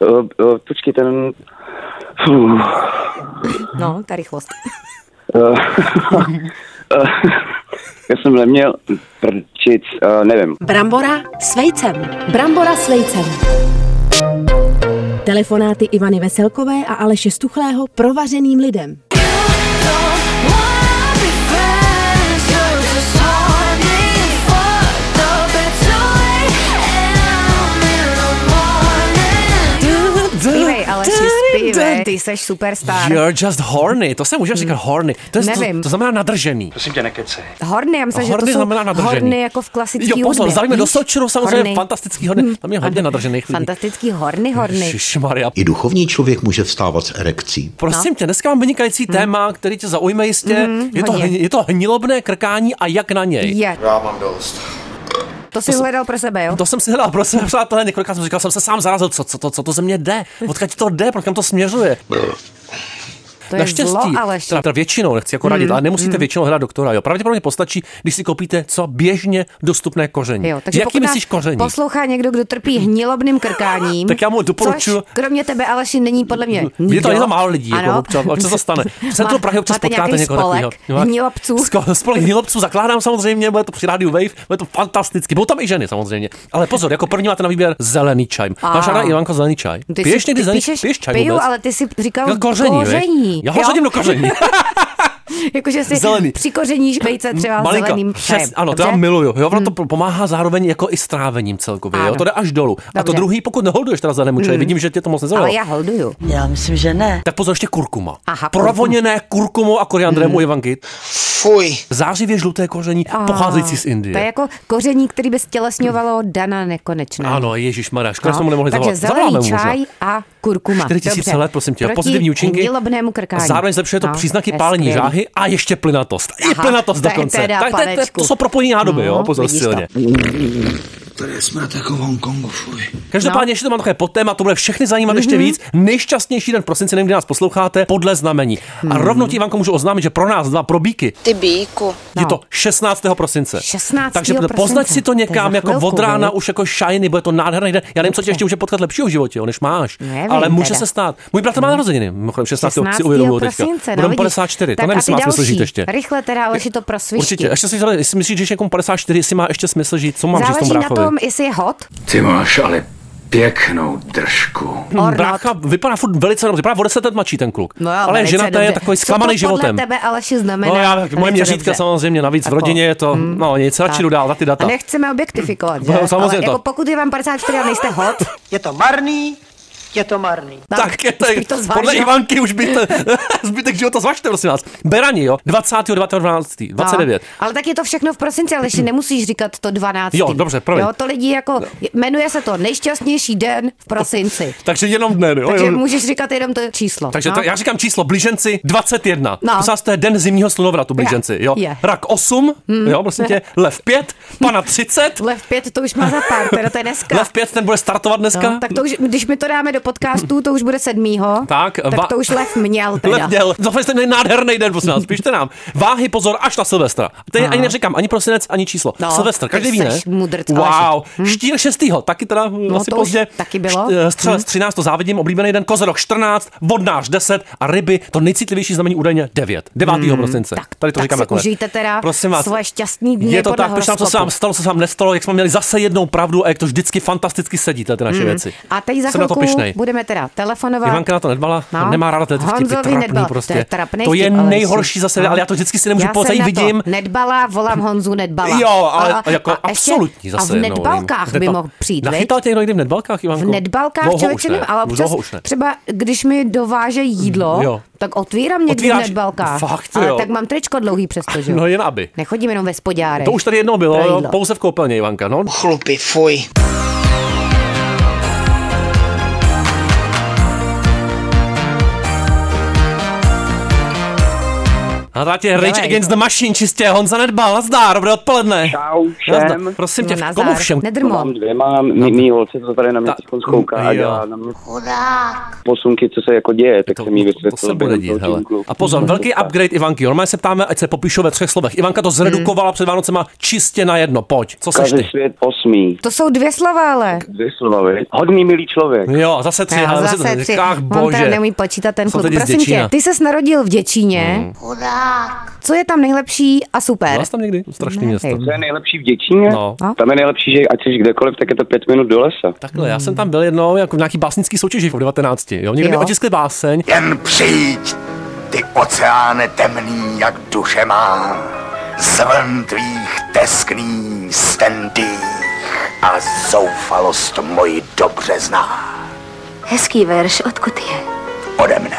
Uh, uh, počkej, ten... Uh, No, ta rychlost. uh, já jsem neměl prčic, uh, nevím. Brambora s vejcem. Brambora s vejcem. Telefonáty Ivany Veselkové a Aleše Stuchlého provařeným lidem. Zpívej, Aleši, zpívej. Ty seš superstar. You're just horny, to se může říkat horny. To, je, Nevím. to, to znamená nadržený. Horny, já myslím, že to Horny jsou znamená nadržený. horny jako v klasický Jo, pozor, hudbě, zaujme do víš? Sočru, samozřejmě Horny. Hmm. fantastický horny. Tam je hodně nadržených lidí. Fantastický No. horny, horny. Šišmaria. I duchovní člověk může vstávat s erekcí. Prosím tě, dneska mám vynikající téma, který tě zaujme jistě. je, to, Hmm. hodně. hni- je to hnilobné krkání a jak na něj. Je, Já mám dost. to jsi hledal pro sebe, jo? To jsem si hledal, prosím, přátelé, několikrát jsem říkal, jsem se sám zarazil, co, co, to, co to ze mě jde, odkud to jde, proč kam to směřuje. To je zlo, Hmm, Aleši. teda, teda většinou, nechci jako radit, ale nemusíte většinou hledat doktora. Jo. Pravděpodobně postačí, když si koupíte co běžně dostupné koření. Jo, takže Jaký pokud nás myslíš koření? Poslouchá někdo, kdo trpí hnilobným krkáním. Tak já mu doporučuji- Což, kromě tebe, Aleši, není podle mě. Nikdo. Je to, je to málo lidí, jako Ano. občas, občas se stane. V centru Má- Prahy občas máte potkáte nějaký někoho spolek takového. Hnilobců. Sko- Spolek hnilobců zakládám samozřejmě, bude to při rádiu Wave, bude to fantasticky. Budou tam i ženy samozřejmě. Ale pozor, jako první máte na výběr zelený čaj. Máš A. ráda Ivanko zelený čaj? Ty Piješ si- někdy ty zelený píšeš- Piješ čaj piju, vůbec? ale ty jsi říkal Já koření, viď? koření, Já ho jo? řadím do koření. Jakože si Zelený. přikořeníš vejce třeba Malinko, zeleným přes, čajem. ano, to já Dobře? Hmm. miluju. Jo, ono to po- pomáhá zároveň jako i s trávením celkově. Jo, Ano. to jde až dolů. A to Dobře. Hmm. druhý, pokud neholduješ teda zelenému čaji, vidím, že tě to moc nezajímalo. Ale já holduju. Já myslím, že ne. Tak pozor, ještě kurkuma. Aha, kurkuma. Hmm. Provoněné kurkumou a koriandrem u Ivanky. Fuj. Zářivě žluté koření A, pocházející z Indie. To je jako koření, který by stělesňovalo Dana nekonečná. Ano, Ježíš Mara, škoda, No, jsme mu nemohli Takže zavolat. zelený Zavoláme mu možná. čaj a kurkuma. 4000 Dobře. let, prosím tě, Proti pozitivní účinky. hnilobnému krkání. Zároveň zlepšuje to No, příznaky je pálení skvělý. žáhy a ještě plynatost. I Aha, plynatost to je dokonce. teda, tak, to je- to, je- panečku. to jsou propojení nádoby, No, jo, pozor vidíš to. silně. Tady jsme jako v Hongkongu, fuj. No. Každopádně ještě to mám takové potéma, to bude všechny zajímat ještě Mhm. víc. Nejšťastnější den v prosinci, nevím, kdy nás posloucháte, podle znamení. Hmm. A rovnou ti Ivanko můžu oznámit, že pro nás dva probíky Ty bíku. je to 16. prosince. 16. Takže No. prosince. poznať si to To je někam za jako chvilku, od rána viď? už jako shiny, bude to nádherný den. Já nevím, co tě ještě může potkat lepšího v životě, jo, než máš. Nevím Ale může teda. se stát. Můj bratr má narozeniny, mimochodem 16. si uvědomuji teďka. prosince, no Budeme vidíš. 54, to Tak nevím, a jestli ty má smysl další. žít ještě. Rychle teda, Aleši, to prosviští. Určitě, ještě si, jestli myslíš, že když je někomu 54, jestli má ještě smysl žít, co mám říct tomu Záleží na bráchovi? tom, jestli je hot. Ty máš ale pěknou držku. Or not. Hm, Hmm, Brácha vypadá furt velice dobře, vypadá o 10 let mladší ten kluk. No, ale velice žena je dobře. takový Co zklamaný to životem. Podle tebe Aleši znamená. No, já, Velice moje měřítka dobře. samozřejmě navíc v Jako, rodině je to, no nic, radši jdu dál na ty data. A nechceme objektifikovat, že? No, samozřejmě Ale to. jako pokud je vám 54 a nejste hot, Je to marný, je to marný. Tak je to, spíš to zvážil. podle Ivanky už by ten zbytek života zvažte, prosím vás. Berani, jo, 29. 12. 29. No, ale tak je to všechno v prosinci, ale ještě nemusíš říkat to 12. Jo, dobře, promiň. No. Jo, to lidi jako, jmenuje se to nejšťastnější den v prosinci. Takže jenom dne, jo. Takže jo. můžeš říkat jenom to číslo. Takže no? to, já říkám číslo blíženci 21. No. No. Prosím vás, to je den zimního slunovratu blíženci, jo. Je. Hmm. Rak 8, jo, prosím tě, lev 5, pana 30, Lev 5 to už má za pár, teda to je dneska. lev 5, ten bude startovat dneska. No, tak to už, když my to dáme do podcastu, to už bude sedmýho. Tak, tak va- to už lev měl teda. Lev děl. Zafali jste nádherný den, prosím vás, píšte nám. Váhy pozor až na Silvestra. Tady ani neříkám, ani prosinec, ani číslo. No, No, Silvestr, každý ty ví, ne? seš mudrc, Aleši. wow. Štír 6. taky teda no, asi to už pozdě. taky bylo. Hm? Št- eh, Střelec 13, to závidím, oblíbený den. Kozorok 14, vodnář 10 a ryby, to nejcitlivější znamení údajně 9. 9. prosince. Hmm, Tak, Tady to tak říkám si nakonec. užijte teda prosím vás, svoje šťastný dny Je to podle tak, pište nám, co se vám horoskopu. stalo, co se vám nestalo, jak jsme měli zase jednou pravdu a jak to vždycky fantasticky sedí, tyhle ty naše věci. Hmm. A teď za Jsem na to chvilku pišnej. budeme teda telefonovat. Ivanka na to nedbala, No. no. nemá ráda tyhle ty vtipy, Honzovi trapný nedbala. prostě. To je trapnej to je vtip, Aleši. nejhorší zase, No. ale já to vždycky si nemůžu Já podzaj jsem na vidím. To nedbala, volám Honzu nedbala. Jo, ale jako ještě- absolutní zase. A v jednou, nevím. nedbalkách by Nedbal- mohl přijít, viď? Nachytal tě někdo někdy v nedbalkách, Ivanko? V nedbalkách Dlouho člověče už ne, nevím, ale už občas dlouho už ne. třeba, když mi dovážejí jídlo, Mm, jo. tak otvírám někdy Otvíráš- v nedbalkách. Fakt, ale jo. tak mám tričko dlouhý přesto, že? jo? No jen aby. Nechodím jenom ve spodárech. To už tady jednou bylo, Pro jo, jídlo. pouze v koupelně, Ivanka. No. Chlupy, fuj. Hledáte Rage Dělej. Against the Machine čistě. Honza Nedbal, nazdar, dobré odpoledne. Čau Nazdar. všem. Prosím tě, No, nazdar. komu všem? To Nedrmo. mám dvěma, mý, mý holce, co tady na mě Ta- teď kouká a Jo. dělá na mě posunky, co se jako děje, tak To, jsem jí vysvětlil. to se bude během dít, toho hele. jinglu. A pozor, velký upgrade Ivanky. Normálně se ptáme, ať se popíšou ve třech slovech. Ivanka to zredukovala před Vánocema čistě na jedno. Pojď, co seš Každý ty? svět osmý, To jsou dvě slova, ale. dvě slovy. Hodný milý člověk. Jo, zase tři. Já hele, zase tři. Ach, On teda bože. neumí počítat ten Jsou kluk. lidi z Prosím Děčína. No. tě, ty ses narodil v Děčíně. Co je tam nejlepší a super? Byla jsi tam někdy? Strašný Ne, město. hej. Co je nejlepší v Děčíně? No. No. Tam je nejlepší, že ať jsi kdekoliv, tak je to pět minut do lesa. Takhle, já jsem tam byl jednou jako v nějaký básnický soutěži v 19. Jo? Někde Hmm. mi Jo. otiskli báseň Jen přijď, ty oceáne temný, jak duše má. Zvln tvých teskný stendých a zoufalost moji dobře zná. Hezký verš, odkud je? Ode mne.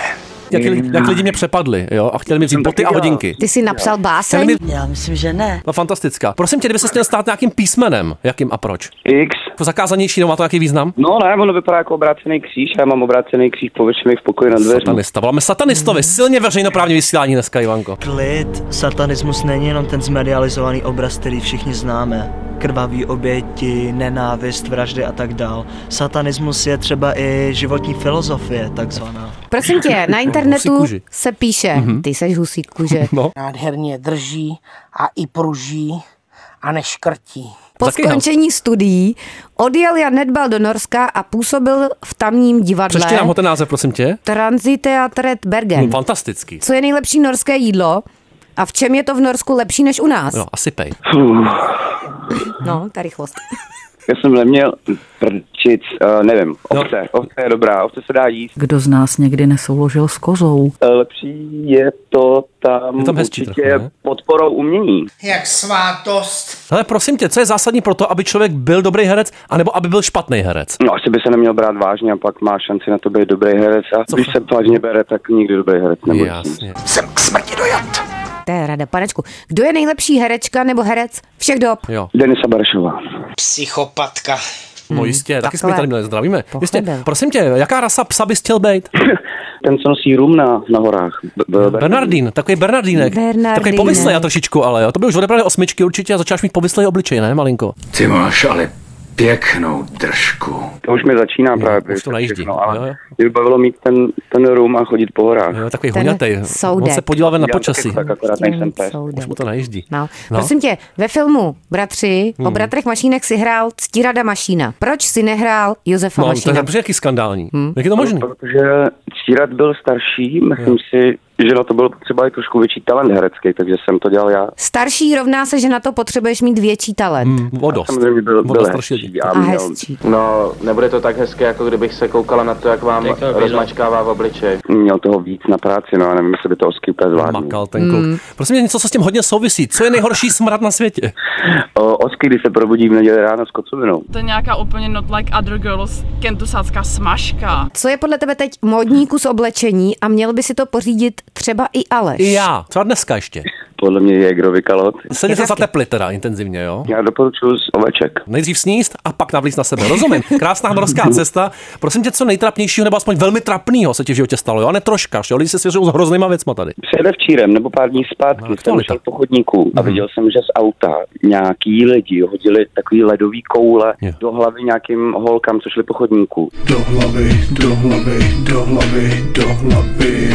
jak, jak lidi mě přepadli jo, a chtěli mi vzít boty a hodinky. Ty jsi napsal Chtěli mi, báseň? Já myslím, že ne. no, fantastická. Prosím tě, kdyby se měl stát nějakým písmenem, jakým a proč? X. Jako zakázanější, nebo má to nějaký význam? No ne, ono vypadá jako obrácený kříž, já mám obrácený kříž pověšený v pokoji nad dveřmi. Satanista. Voláme satanistovi. Silně veřejnoprávní vysílání dneska, Ivanko. Klid, satanismus není jenom ten zmedializovaný obraz, který všichni známe. Krvavý oběti, nenávist, vraždy a tak dál. Satanismus je třeba i životní filozofie, takzvaná. Prosím tě, na internetu kůži. Mhm. se píše, ty seš husí kůže. No. Nádherně drží a i pruží a neškrtí. Po Zakýhal. skončení studií odjel Jan Nedbal do Norska a působil v tamním divadle Přečti nám ho ten název, prosím tě. Transiteatret Bergen. Hmm. Fantastický. Hmm. Co je nejlepší norské jídlo a v čem je to v Norsku lepší než u nás? Jo, asi pej. Fuh, No, ta rychlost. já jsem neměl prčic, uh, nevím, No. ovce. Ovce je dobrá, ovce se dá jíst. Kdo z nás někdy nesouložil s kozou? Eh, Lepší je to tam, Je tam hezčí určitě trochu, ne? podporou umění. Jak svátost. Ale prosím tě, co je zásadní pro to, aby člověk byl dobrý herec, anebo aby byl špatný herec? No asi by se neměl brát vážně a pak má šanci na to být dobrý herec a když se vážně bere, tak nikdy dobrý herec nebude. Jasně. Jsem k smrti dojat. To je rada, panečku. Kdo je nejlepší herečka nebo herec všech dob? Jo, Denisa Barešová. Psychopatka. no jistě, taky jsme Hmm. takhle. ji tady měli, zdravíme. Pochopil. Jistě, prosím tě, jaká rasa psa bys chtěl být? Ten, co nosí rum na, na horách. B- No, b- Bernardín, takový Bernardínek. Bernardínek. Takový povyslej a trošičku, ale jo. To by už odebrali osmičky určitě a začáš mít povyslej obličej, ne, malinko? Ty máš ale pěknou držku. To už mi začíná právě. už to najíždí. všechno, ale Jo, jo. mě by bavilo mít ten, ten rum a chodit po horách. Jo, takový Ten huňatej. On soudek. se podíval ven na Dělám počasí. taky Tak akorát nejsem pes. Už mu to najíždí. No. No. Hmm. no. Prosím tě, ve filmu Bratři o bratrech Mašínek si hrál Ctírada Mašína. Proč si nehrál Josefa No, to je Mašína? dobře, jaký skandální. Jak je to možné? Protože Círat byl starší, myslím si, že na to byl potřeba i trošku větší talent herecký, takže jsem to dělal já. Starší rovná se, že na to potřebuješ mít větší talent. No, O dost. Samozřejmě byl, O byl dost starší lidi. hezčí a A měl, hezčí. No, nebude to tak hezké, jako kdybych se koukala na to, jak vám rozmačkává v obličeji. měl toho víc na práci, no a nevím, jestli by to osky úplně zvládl. Makal ten kluk. Prosím tě, něco, co s tím hodně souvisí. Co je nejhorší smrad na světě? O, Osky, když se probudí v neděli ráno s kocovinou. To je nějaká úplně not like other girls kentusácká smažka. Co je podle tebe teď módní kus oblečení a měl by si to pořídit třeba i Aleš? I já. Třeba dneska ještě. Podle mě je Grovi kalot. Sedně se zateplit teda intenzivně, jo? Já doporučuji z oveček. Nejdřív sníst a pak navlíc na sebe. Rozumím. Krásná horská cesta. Prosím tě, co nejtrapnějšího nebo aspoň velmi trapného se ti v životě stalo, jo? A ne troška, že jo? Lidi se svěřují s hroznýma věcma tady. Předevčírem nebo pár dní zpátky no, No, jsem aktualita. Mhm. šel po chodníku a viděl jsem, že z auta nějaký lidi hodili takový ledový koule Jo. do hlavy nějakým holkám, co šli po chodníku. Do hlavy, do hlavy, do hlavy, do hlavy.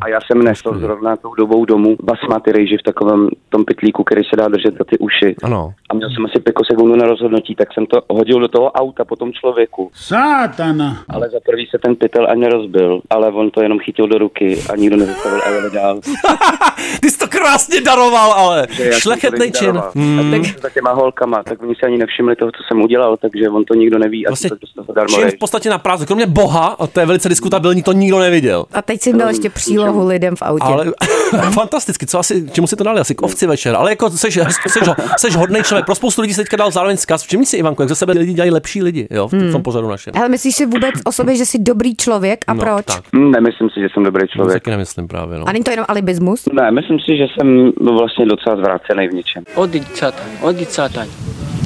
A já jsem nesl zrovna tou dobou domů basmati rejži v takovém tom pytlíku, který se dá držet za ty uši. Ano. A měl jsem asi pikosekundu na rozhodnutí, tak jsem to hodil do toho auta po tom člověku. Sátana. Ale za prvý se ten pytel ani rozbil, ale on to jenom chytil do ruky a nikdo nezastavil a jel dál. Ty jsi to krásně daroval, ale. že já jsem Šlechetný to čin. Hmm. daroval. A tak jsem za těma holkama, tak oni si ani nevšimli toho, co jsem udělal, takže on to nikdo neví a Vlastně vlastně to dostal zadarmo. čin rejž. v podstatě na prázdno. Kromě Boha, a to je velice diskutabilní, to nikdo neviděl. A teď si dal ještě přílohu lidem v autě. Ale fantasticky, co asi, čemu si to dali? Asi k ovci večer, ale jako seš, seš, seš hodnej člověk. Pro spoustu lidí se teďka dal zároveň zkaz. Všimni si, Ivanko, jak ze sebe lidi dělají lepší lidi, jo, v tom Hmm. pořadu našem. Hele, myslíš si vůbec o sobě, že jsi dobrý člověk a No, Eh, proč? tak. Hm, Nemyslím si, že jsem dobrý To člověk. taky nemyslím právě, no. A není to jenom alibismus? Ne, myslím si, že jsem vlastně docela zvrácený v něčem. Odjď, satan, odjď, satan.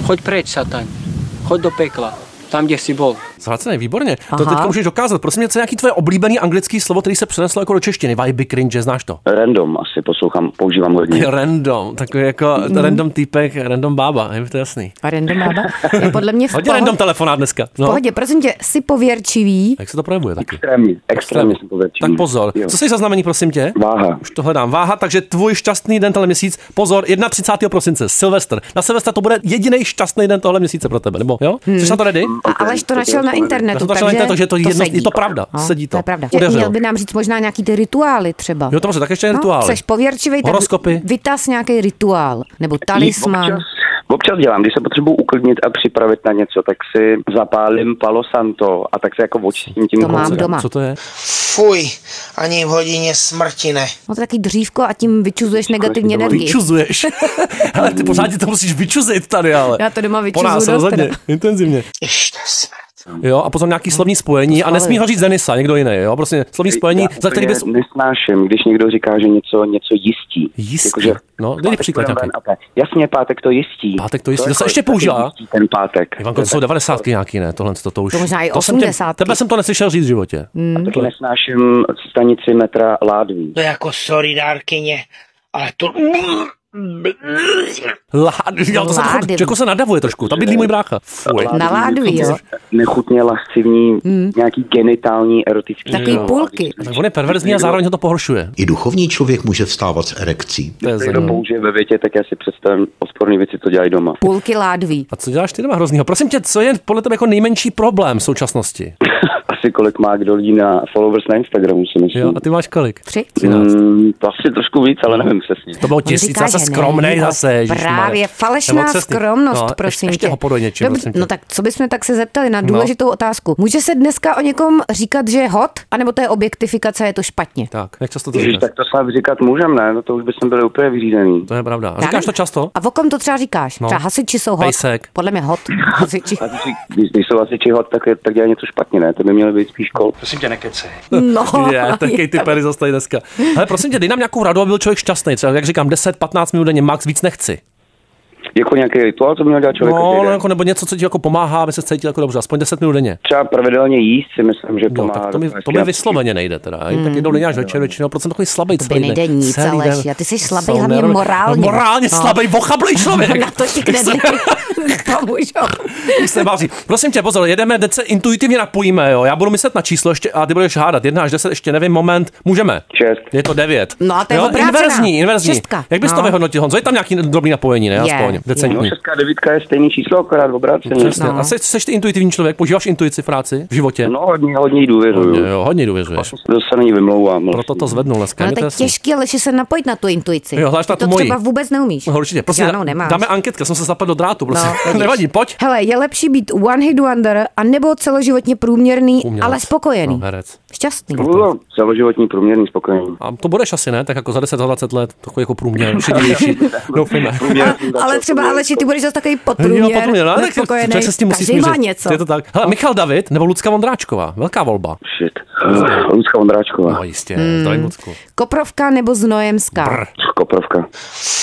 Choď preč, satan. Choď do pekla, tam, kde jsi bol. Zhracený, výborně. To Aha. teďka můžeš dokázat. Prosím mě, co je nějaký tvoje oblíbený anglický slovo, který se přeneslo jako do češtiny? Vibe, cringe, znáš to? Random asi poslouchám, používám hodně. Random, takový jako Mhm. random týpek, random bába, je mi to jasný. A random bába? Je podle mě v Hodně pohodě, random telefonát dneska. no. v pohodě. Prosím tě, jsi pověrčivý. Jak se to projevuje taky? Extrémně, extrémně jsem pověrčivý. Tak pozor. Jo. Co jsi za znamení, prosím tě? Váha. Už to hledám. Váha, takže tvůj šťastný den tenhle měsíc. Pozor, 31. prosince, Silvestr. Na Silvestra to bude jediný šťastný den tohle měsíce pro tebe, nebo jo? Hmm. Jsi na to ready? A Aleš to našel na internetu, Já jsem to našel na takže internetu, takže je to, jedno, sedí. No, je to pravda, sedí to. je pravda. Udeřil. Měl by nám říct možná nějaký ty rituály třeba. Jo, to možná, tak ještě rituály. No, jsi pověrčivej, tak Horoskopy. vytaz nějaký rituál, nebo talisman. Občas, občas dělám, když se potřebuji uklidnit a připravit na něco, tak si zapálím Palo Santo a tak se jako očistím tím To mám mozek. doma. Co to je? Fuj, ani v hodině smrti ne. No to je takový dřívko a tím vyčuzuješ negativní energii. Vyčuzuješ. Hele, ty pořád ti to musíš vyčuzit tady, ale. Já to doma Po vyčuzuju nás dost rozhodně, teda. intenzivně. Jo, a potom nějaký slovní spojení a nesmí ho říct Denisa, někdo jiný, jo? Prostě slovní spojení, Já za který úplně jako, bys... Nesnáším, když někdo říká, že něco, něco jistí. Jistí? Jakože, No, dej příklad nějaký. jasně, pátek to jistí. Pátek to jistí, to se jako- ještě používá. jistí Ten pátek. Ivanko, to jsou 90 nějaký, ne? Tohle to, to už. To možná i jsem tě- 80. Tebe jsem to neslyšel říct v životě. A taky nesnáším stanici metra Ládví. To je jako sorry dárkyně, ale to... Ládví, ale to jsem Ládví. trochu- jako se nadavuje trošku, tam bydlí můj brácha. Fuj. Na ládví, jo. Nechutně lascivní, nějaký genitální, erotický. Takový Hmm. půlky. Tak on je perverzní a zároveň ho to pohoršuje. I duchovní člověk může vstávat s erekcí. To je Když to použije ve větě, tak já si představím odporné věci, co dělají doma. Půlky ládví. A co děláš ty doma hroznýho? Prosím tě, co je podle tebe jako nejmenší problém v současnosti? Asi kolik má kdo lidí na followers na Instagramu, si myslím. Jo, a ty máš kolik? Tři? Mm, to asi trošku víc, ale nevím přesně. To bylo tisíc, říká, zase že ne, skromnej ale zase. ježišmarja. Právě Nebo falešná cestný. skromnost, No, ještě- prosím ještě tě. ho podoj něčím, Dobře, prosím tě. No tak co bychom tak se zeptali na No. důležitou otázku. Může se dneska o někom říkat, že je hot, anebo to je objektifikace, je to špatně? Tak, jak často to Ježiš, říkáš? tak to snad říkat můžem, ne? No to už bychom byli úplně vyřízený. To je pravda. Já nevím. často? A o kom to třeba říkáš? No. Třeba hasiči jsou hot. Pejsek. Podle mě hot. Hasiči. Když, když jsou asi čihot, tak, tak dělají něco špatně, ne? To by mělo být spíš kol. Prosím tě, nekecej. No. je, taky ty pery zase tady dneska. Hele, prosím tě, dej nám nějakou radu, aby byl člověk šťastný. Třeba, jak říkám, 10-15 minut denně, max víc nechci. Jako nějaký rituál, co by měl dělat člověk no, každý no, den? jako, nebo něco, co ti jako pomáhá, aby se cítil jako dobře, aspoň 10 minut denně. Třeba pravidelně jíst si myslím, že No, pomáhá. tak to mi, docela to mi hezky. vysloveně nejde teda. Mm. Mm. Tak jednou denně až večer většinou, protože jsem takový slabý celý By den. nejde nic, Celý Aleš. den Já ty jsi slabý jsou hlavně nervy. morálně. No, morálně No. slabý, ochablý člověk. Na to ti knedli. Pomůžou. Už se bází. Prosím tě, pozor, jedeme, teď se intuitivně napojíme, jo. Já budu myslet na číslo ještě a ty budeš hádat. Jedna až deset, ještě nevím, moment, můžeme. Šest. Je to devět. No a to je jo, obrácená. inverzní, inverzní. Šestka. Jak bys No. to vyhodnotil, Honzo? Je tam nějaký drobný napojení, ne? Je, je. Aspoň, No, decentní. šestka a devítka je stejný číslo, akorát obráceně. No, Přesně. No. A jsi, jsi ty intuitivní člověk, používáš intuici v práci, v životě? No, hodně, hodně jí důvěřuju. Hodně, No, jo, hodně důvěřuješ. To se na ní vymlouvám. vlastně. Proto to zvednul dneska. Ale je to je jasný. těžký, Aleši, se napojit na tu intuici. Jo, zvlášť na Ty to tu moji. třeba vůbec neumíš. No, Určitě, prostě Žádnou nemáš. No, dáme anketka, jsem se zapadl do drátu, prostě. vidíš. Nevadí, pojď. Hele, je lepší být one hit wonder a nebo celoživotně průměrný, Umělec. ale spokojený. No, herec. Šťastný. No, celoživotní průměrný spokojení. A to budeš asi, ne? Tak jako za 10 za 20 let, takový jako průměr, šedivější. Doufejme. Ale třeba, Aleši, ty budeš zase takový No, Jo, podprůměr, podprůměr, ale tak to- nespokojený. člověk se s tím musí Každý má smířit. něco. Je to tak. Hele, Michal David nebo Lucka Vondráčková. Velká volba. Shit. Uh, Lucka Ondráčková. No jistě, Hmm. mm. zdravím Lucku. Koprovka nebo Znojemská? Koprovka.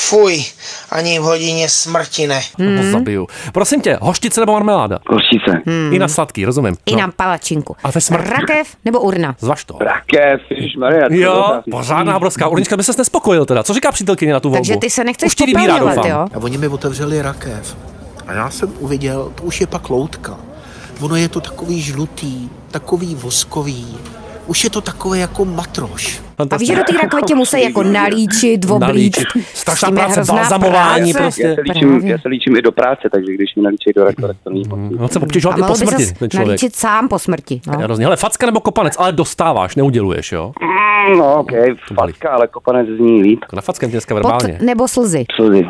Fuj, ani v hodině smrti ne. Nebo Hmm. zabiju. Prosím tě, hoštice nebo marmeláda? Hoštice. Mm. I na sladký, rozumím. Hmm. I na palačinku. no. A ve smrti. Rakev nebo urna? Zvaž to. Rakev, ježišmarja. to je Jo, otázka. pořádná obrovská urnička by ses nespokojil teda. Co říká přítelkyně na tu volbu? Takže ty se nechceš Už ti vybírá, poplňovat, doufám. jo? A oni mi otevřeli rakev. A já jsem uviděl, to už je pak loutka. Ono je to takový žlutý, takový voskový. Už je to takové jako matroš. A víš, že do té rakvetě musí jako nalíčit, oblíč. Nalíčit. S tím je hrozná práce. prostě- Já se, líčím, já se líčím i do práce, takže když mi nalíčí do rakve, tak to není potřeba. On se obtěžoval A No, i po mohl by smrti, zas ten člověk. nalíčit sám po smrti. No. Hrozně. Hele, facka nebo kopanec, ale dostáváš, neuděluješ, jo? Mm, No, ok, facka, ale kopanec zní líp. Na fackem tě dneska verbálně. Pot nebo slzy. Slzy.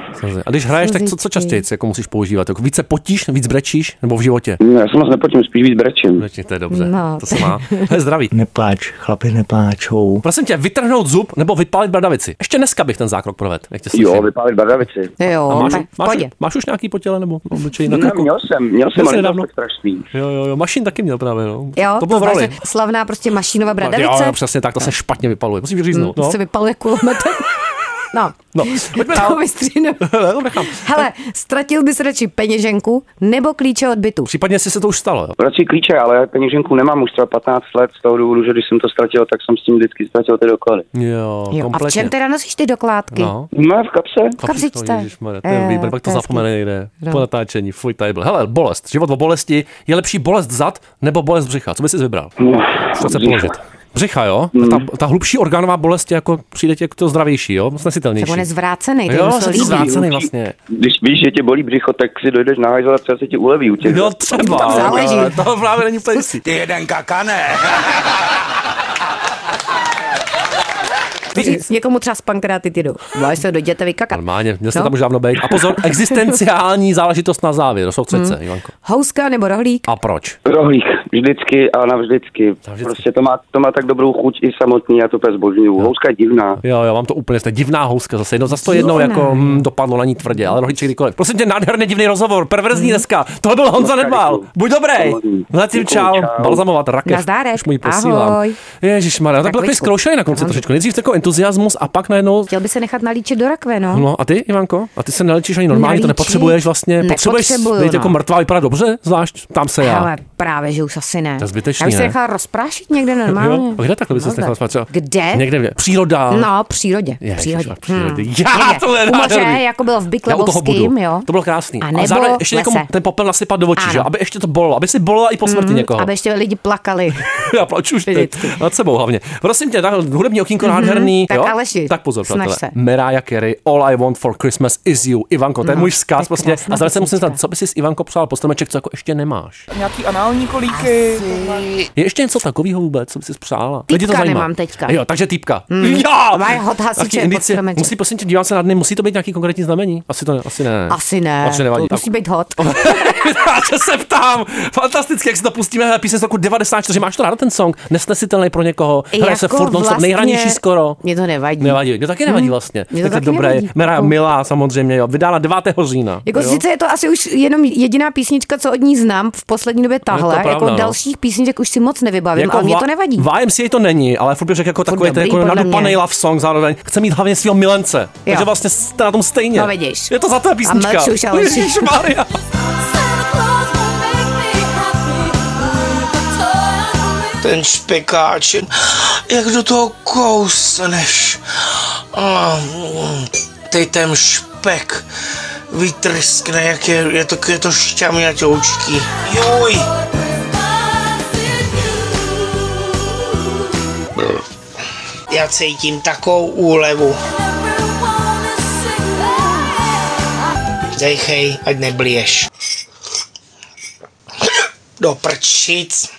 A když hraješ, tak co, co Slzy. častěji jako musíš používat? Jako více potíš, víc brečíš, nebo v životě? No, já se moc nepotím, spíš víc brečím. to je dobře, No. to se má. Hele, zdraví. Nepláč, chlapi nepláčou. Prosím tě, vytrhnout zub nebo vypálit bradavici. Ještě dneska bych ten zákrok provedl. Jak tě slyším. Jo, vypálit bradavici. Jo, A máš, tak v máš, pohodě. máš, už nějaký po těle nebo obličeji? No, měl jsem, měl jsem, ale jako- nedávno. to strašný. Jo, jo, jo, mašin taky měl právě, no. Jo, to bylo v znáš, roli. No, že Slavná prostě mašínova Jo, bradavice. jo, přesně tak, to se špatně vypaluje, musím říznout. Mm, No. se vypaluje kulometem. No. No, pojďme dál. to nechám. Hele, ztratil bys radši peněženku nebo klíče od bytu? Případně si se to už stalo. Jo? Radši klíče, ale peněženku nemám už třeba 15 let z toho důvodu, že když jsem to ztratil, tak jsem s tím vždycky ztratil ty doklady. Jo, Jo, a v kompletně. čem teda nosíš ty dokládky? No. Má v kapse? V kapsičce. Ježišmarja, to je Eh, výběr, pak to hezký. zapomene někde. No. Po natáčení, fuj, tady byl. Hele, bolest, život o bolesti. Je lepší bolest zad nebo bolest břicha? Co bys si vybral? No, Co chce břicho. položit? Břicha, jo? Mm. Ta, ta hlubší orgánová bolest je jako přijde tě jako to zdravější, jo? Snesitelnější. Třeba on je zvrácený, to Jo, jo, jsem líbí. zvrácený vlastně. Když víš, že tě bolí břicho, tak si dojdeš na hajzel a třeba se ti uleví u těch. No třeba, To záleží. ale to právě není úplně jistý. Ty jeden kakane. To říct, někomu třeba z pankrátit jdu. Máš se do děte vykakat. Normálně, měl jste No. tam už dávno být. A pozor, existenciální záležitost na závěr, soustředce, Ivanko. Houska nebo rohlík? A proč? Rohlík, vždycky a navždycky. Prostě to má, to má tak dobrou chuť i samotný, já to pes božňuju. No. Houska je divná. Jo, jo, mám to úplně stejné. Divná houska zase. No, zase to jednou Divná. jako hm, dopadlo na ní tvrdě, ale rohlíček kdykoliv. Prosím tě, nádherný divný rozhovor, perverzní dneska. Tohle byl Honza Moc Nedbal. děkuju. Buď dobrý. Děkuju, Zatím děkuju, čau. čau. Balzamovat rakev. Nazdárek. Už mu ji posílám. Ahoj. Ježíš Maria, tak Tak byl takový kličku. zkroušený na konci Ano. trošičku. Nejdřív takový entuziasmus a pak najednou. Chtěl by se nechat nalíčit do rakve, no. No a ty, Ivanko? A ty se nelečíš ani normálně, to Nelíčím. nepotřebuješ vlastně. Potřebuješ Nepotřebuju, být jako no. mrtvá, vypadá dobře, zvlášť tam se já. Ale právě, že už asi ne. To je zbytečný, Já bych se ne? nechala rozprášit někde normálně. Jo? A kde takhle bys se Nazdar. nechala spát? třeba? Kde? Někde, příroda. No, v přírodě. Ježiš, v přírodě. v přírodě. Hmm. Já, Někde. to je U moře, nádherný. jako bylo v Já u toho Byklemovským, budu. jo. To bylo krásný. A a nebo zároveň ještě v někomu lese. ten popel nasypat do očí, Ano. že? aby ještě to bolelo, aby si bolila i po smrti Mm, někoho. Aby ještě lidi plakali. Já plaču už teď. Nad sebou hlavně. Prosím tě, tak hudební okýnko nádherný. Mhm. Tak jo? Aleši, tak pozor, snaž přátelé. se. Mariah Carey, All I Want for Christmas is You. Ivanko, to je No, můj to vzkaz je prostě. krásná A zase musím písnička. znát, co by si s Ivanko přál po stromeček, co jako ještě nemáš. Nějaký anální kolíky. Je ještě něco takového vůbec, co by si přála? Lidi to Týpka zajímá. nemám teďka. Jo, takže týpka. Mm. Jo! Mají hot hasiče Taky pod indicie. stromeček. Musí, prosím tě, dívám se na dny, musí to být nějaký konkrétní znamení? Asi to ne, asi ne. Asi ne. Asi nevadí. To musí být hot. Já se se ptám. Fantasticky, jak si to pustíme. Hele, píseň z roku 94. Máš to ráda ten song? Nesnesitelný pro někoho. Hraje se furt vlastně... nejhranější skoro. Jako Mě to nevadí. Nevadí, mě taky nevadí Hmm. vlastně. Mě to Takhle taky dobré. nevadí. Mera Jako- Milá samozřejmě, jo. Vydala 9. října. Jako jo. sice je to asi už jenom jediná písnička, co od ní znám v poslední době tahle, pravda, jako no. Jako dalších písniček už si moc nevybavím, ale mě va- to nevadí. YMCA to není, ale furt bych řekl jako takový ten dobrý, jako podle nadupanej mě. love song zároveň. Chce mít hlavně svého milence. Takže vlastně jste na tom stejně. No vidíš. Je to za té písnička. A mlč už, Aleši. Maria. Ten špekáč, jak do toho kousneš. A, mm, Teď ten špek vytrskne, jak je, je to, je to šťamňatoučký. Juj! Já cítím takovou úlevu. Dejchej, ať nebliješ. Do prčic.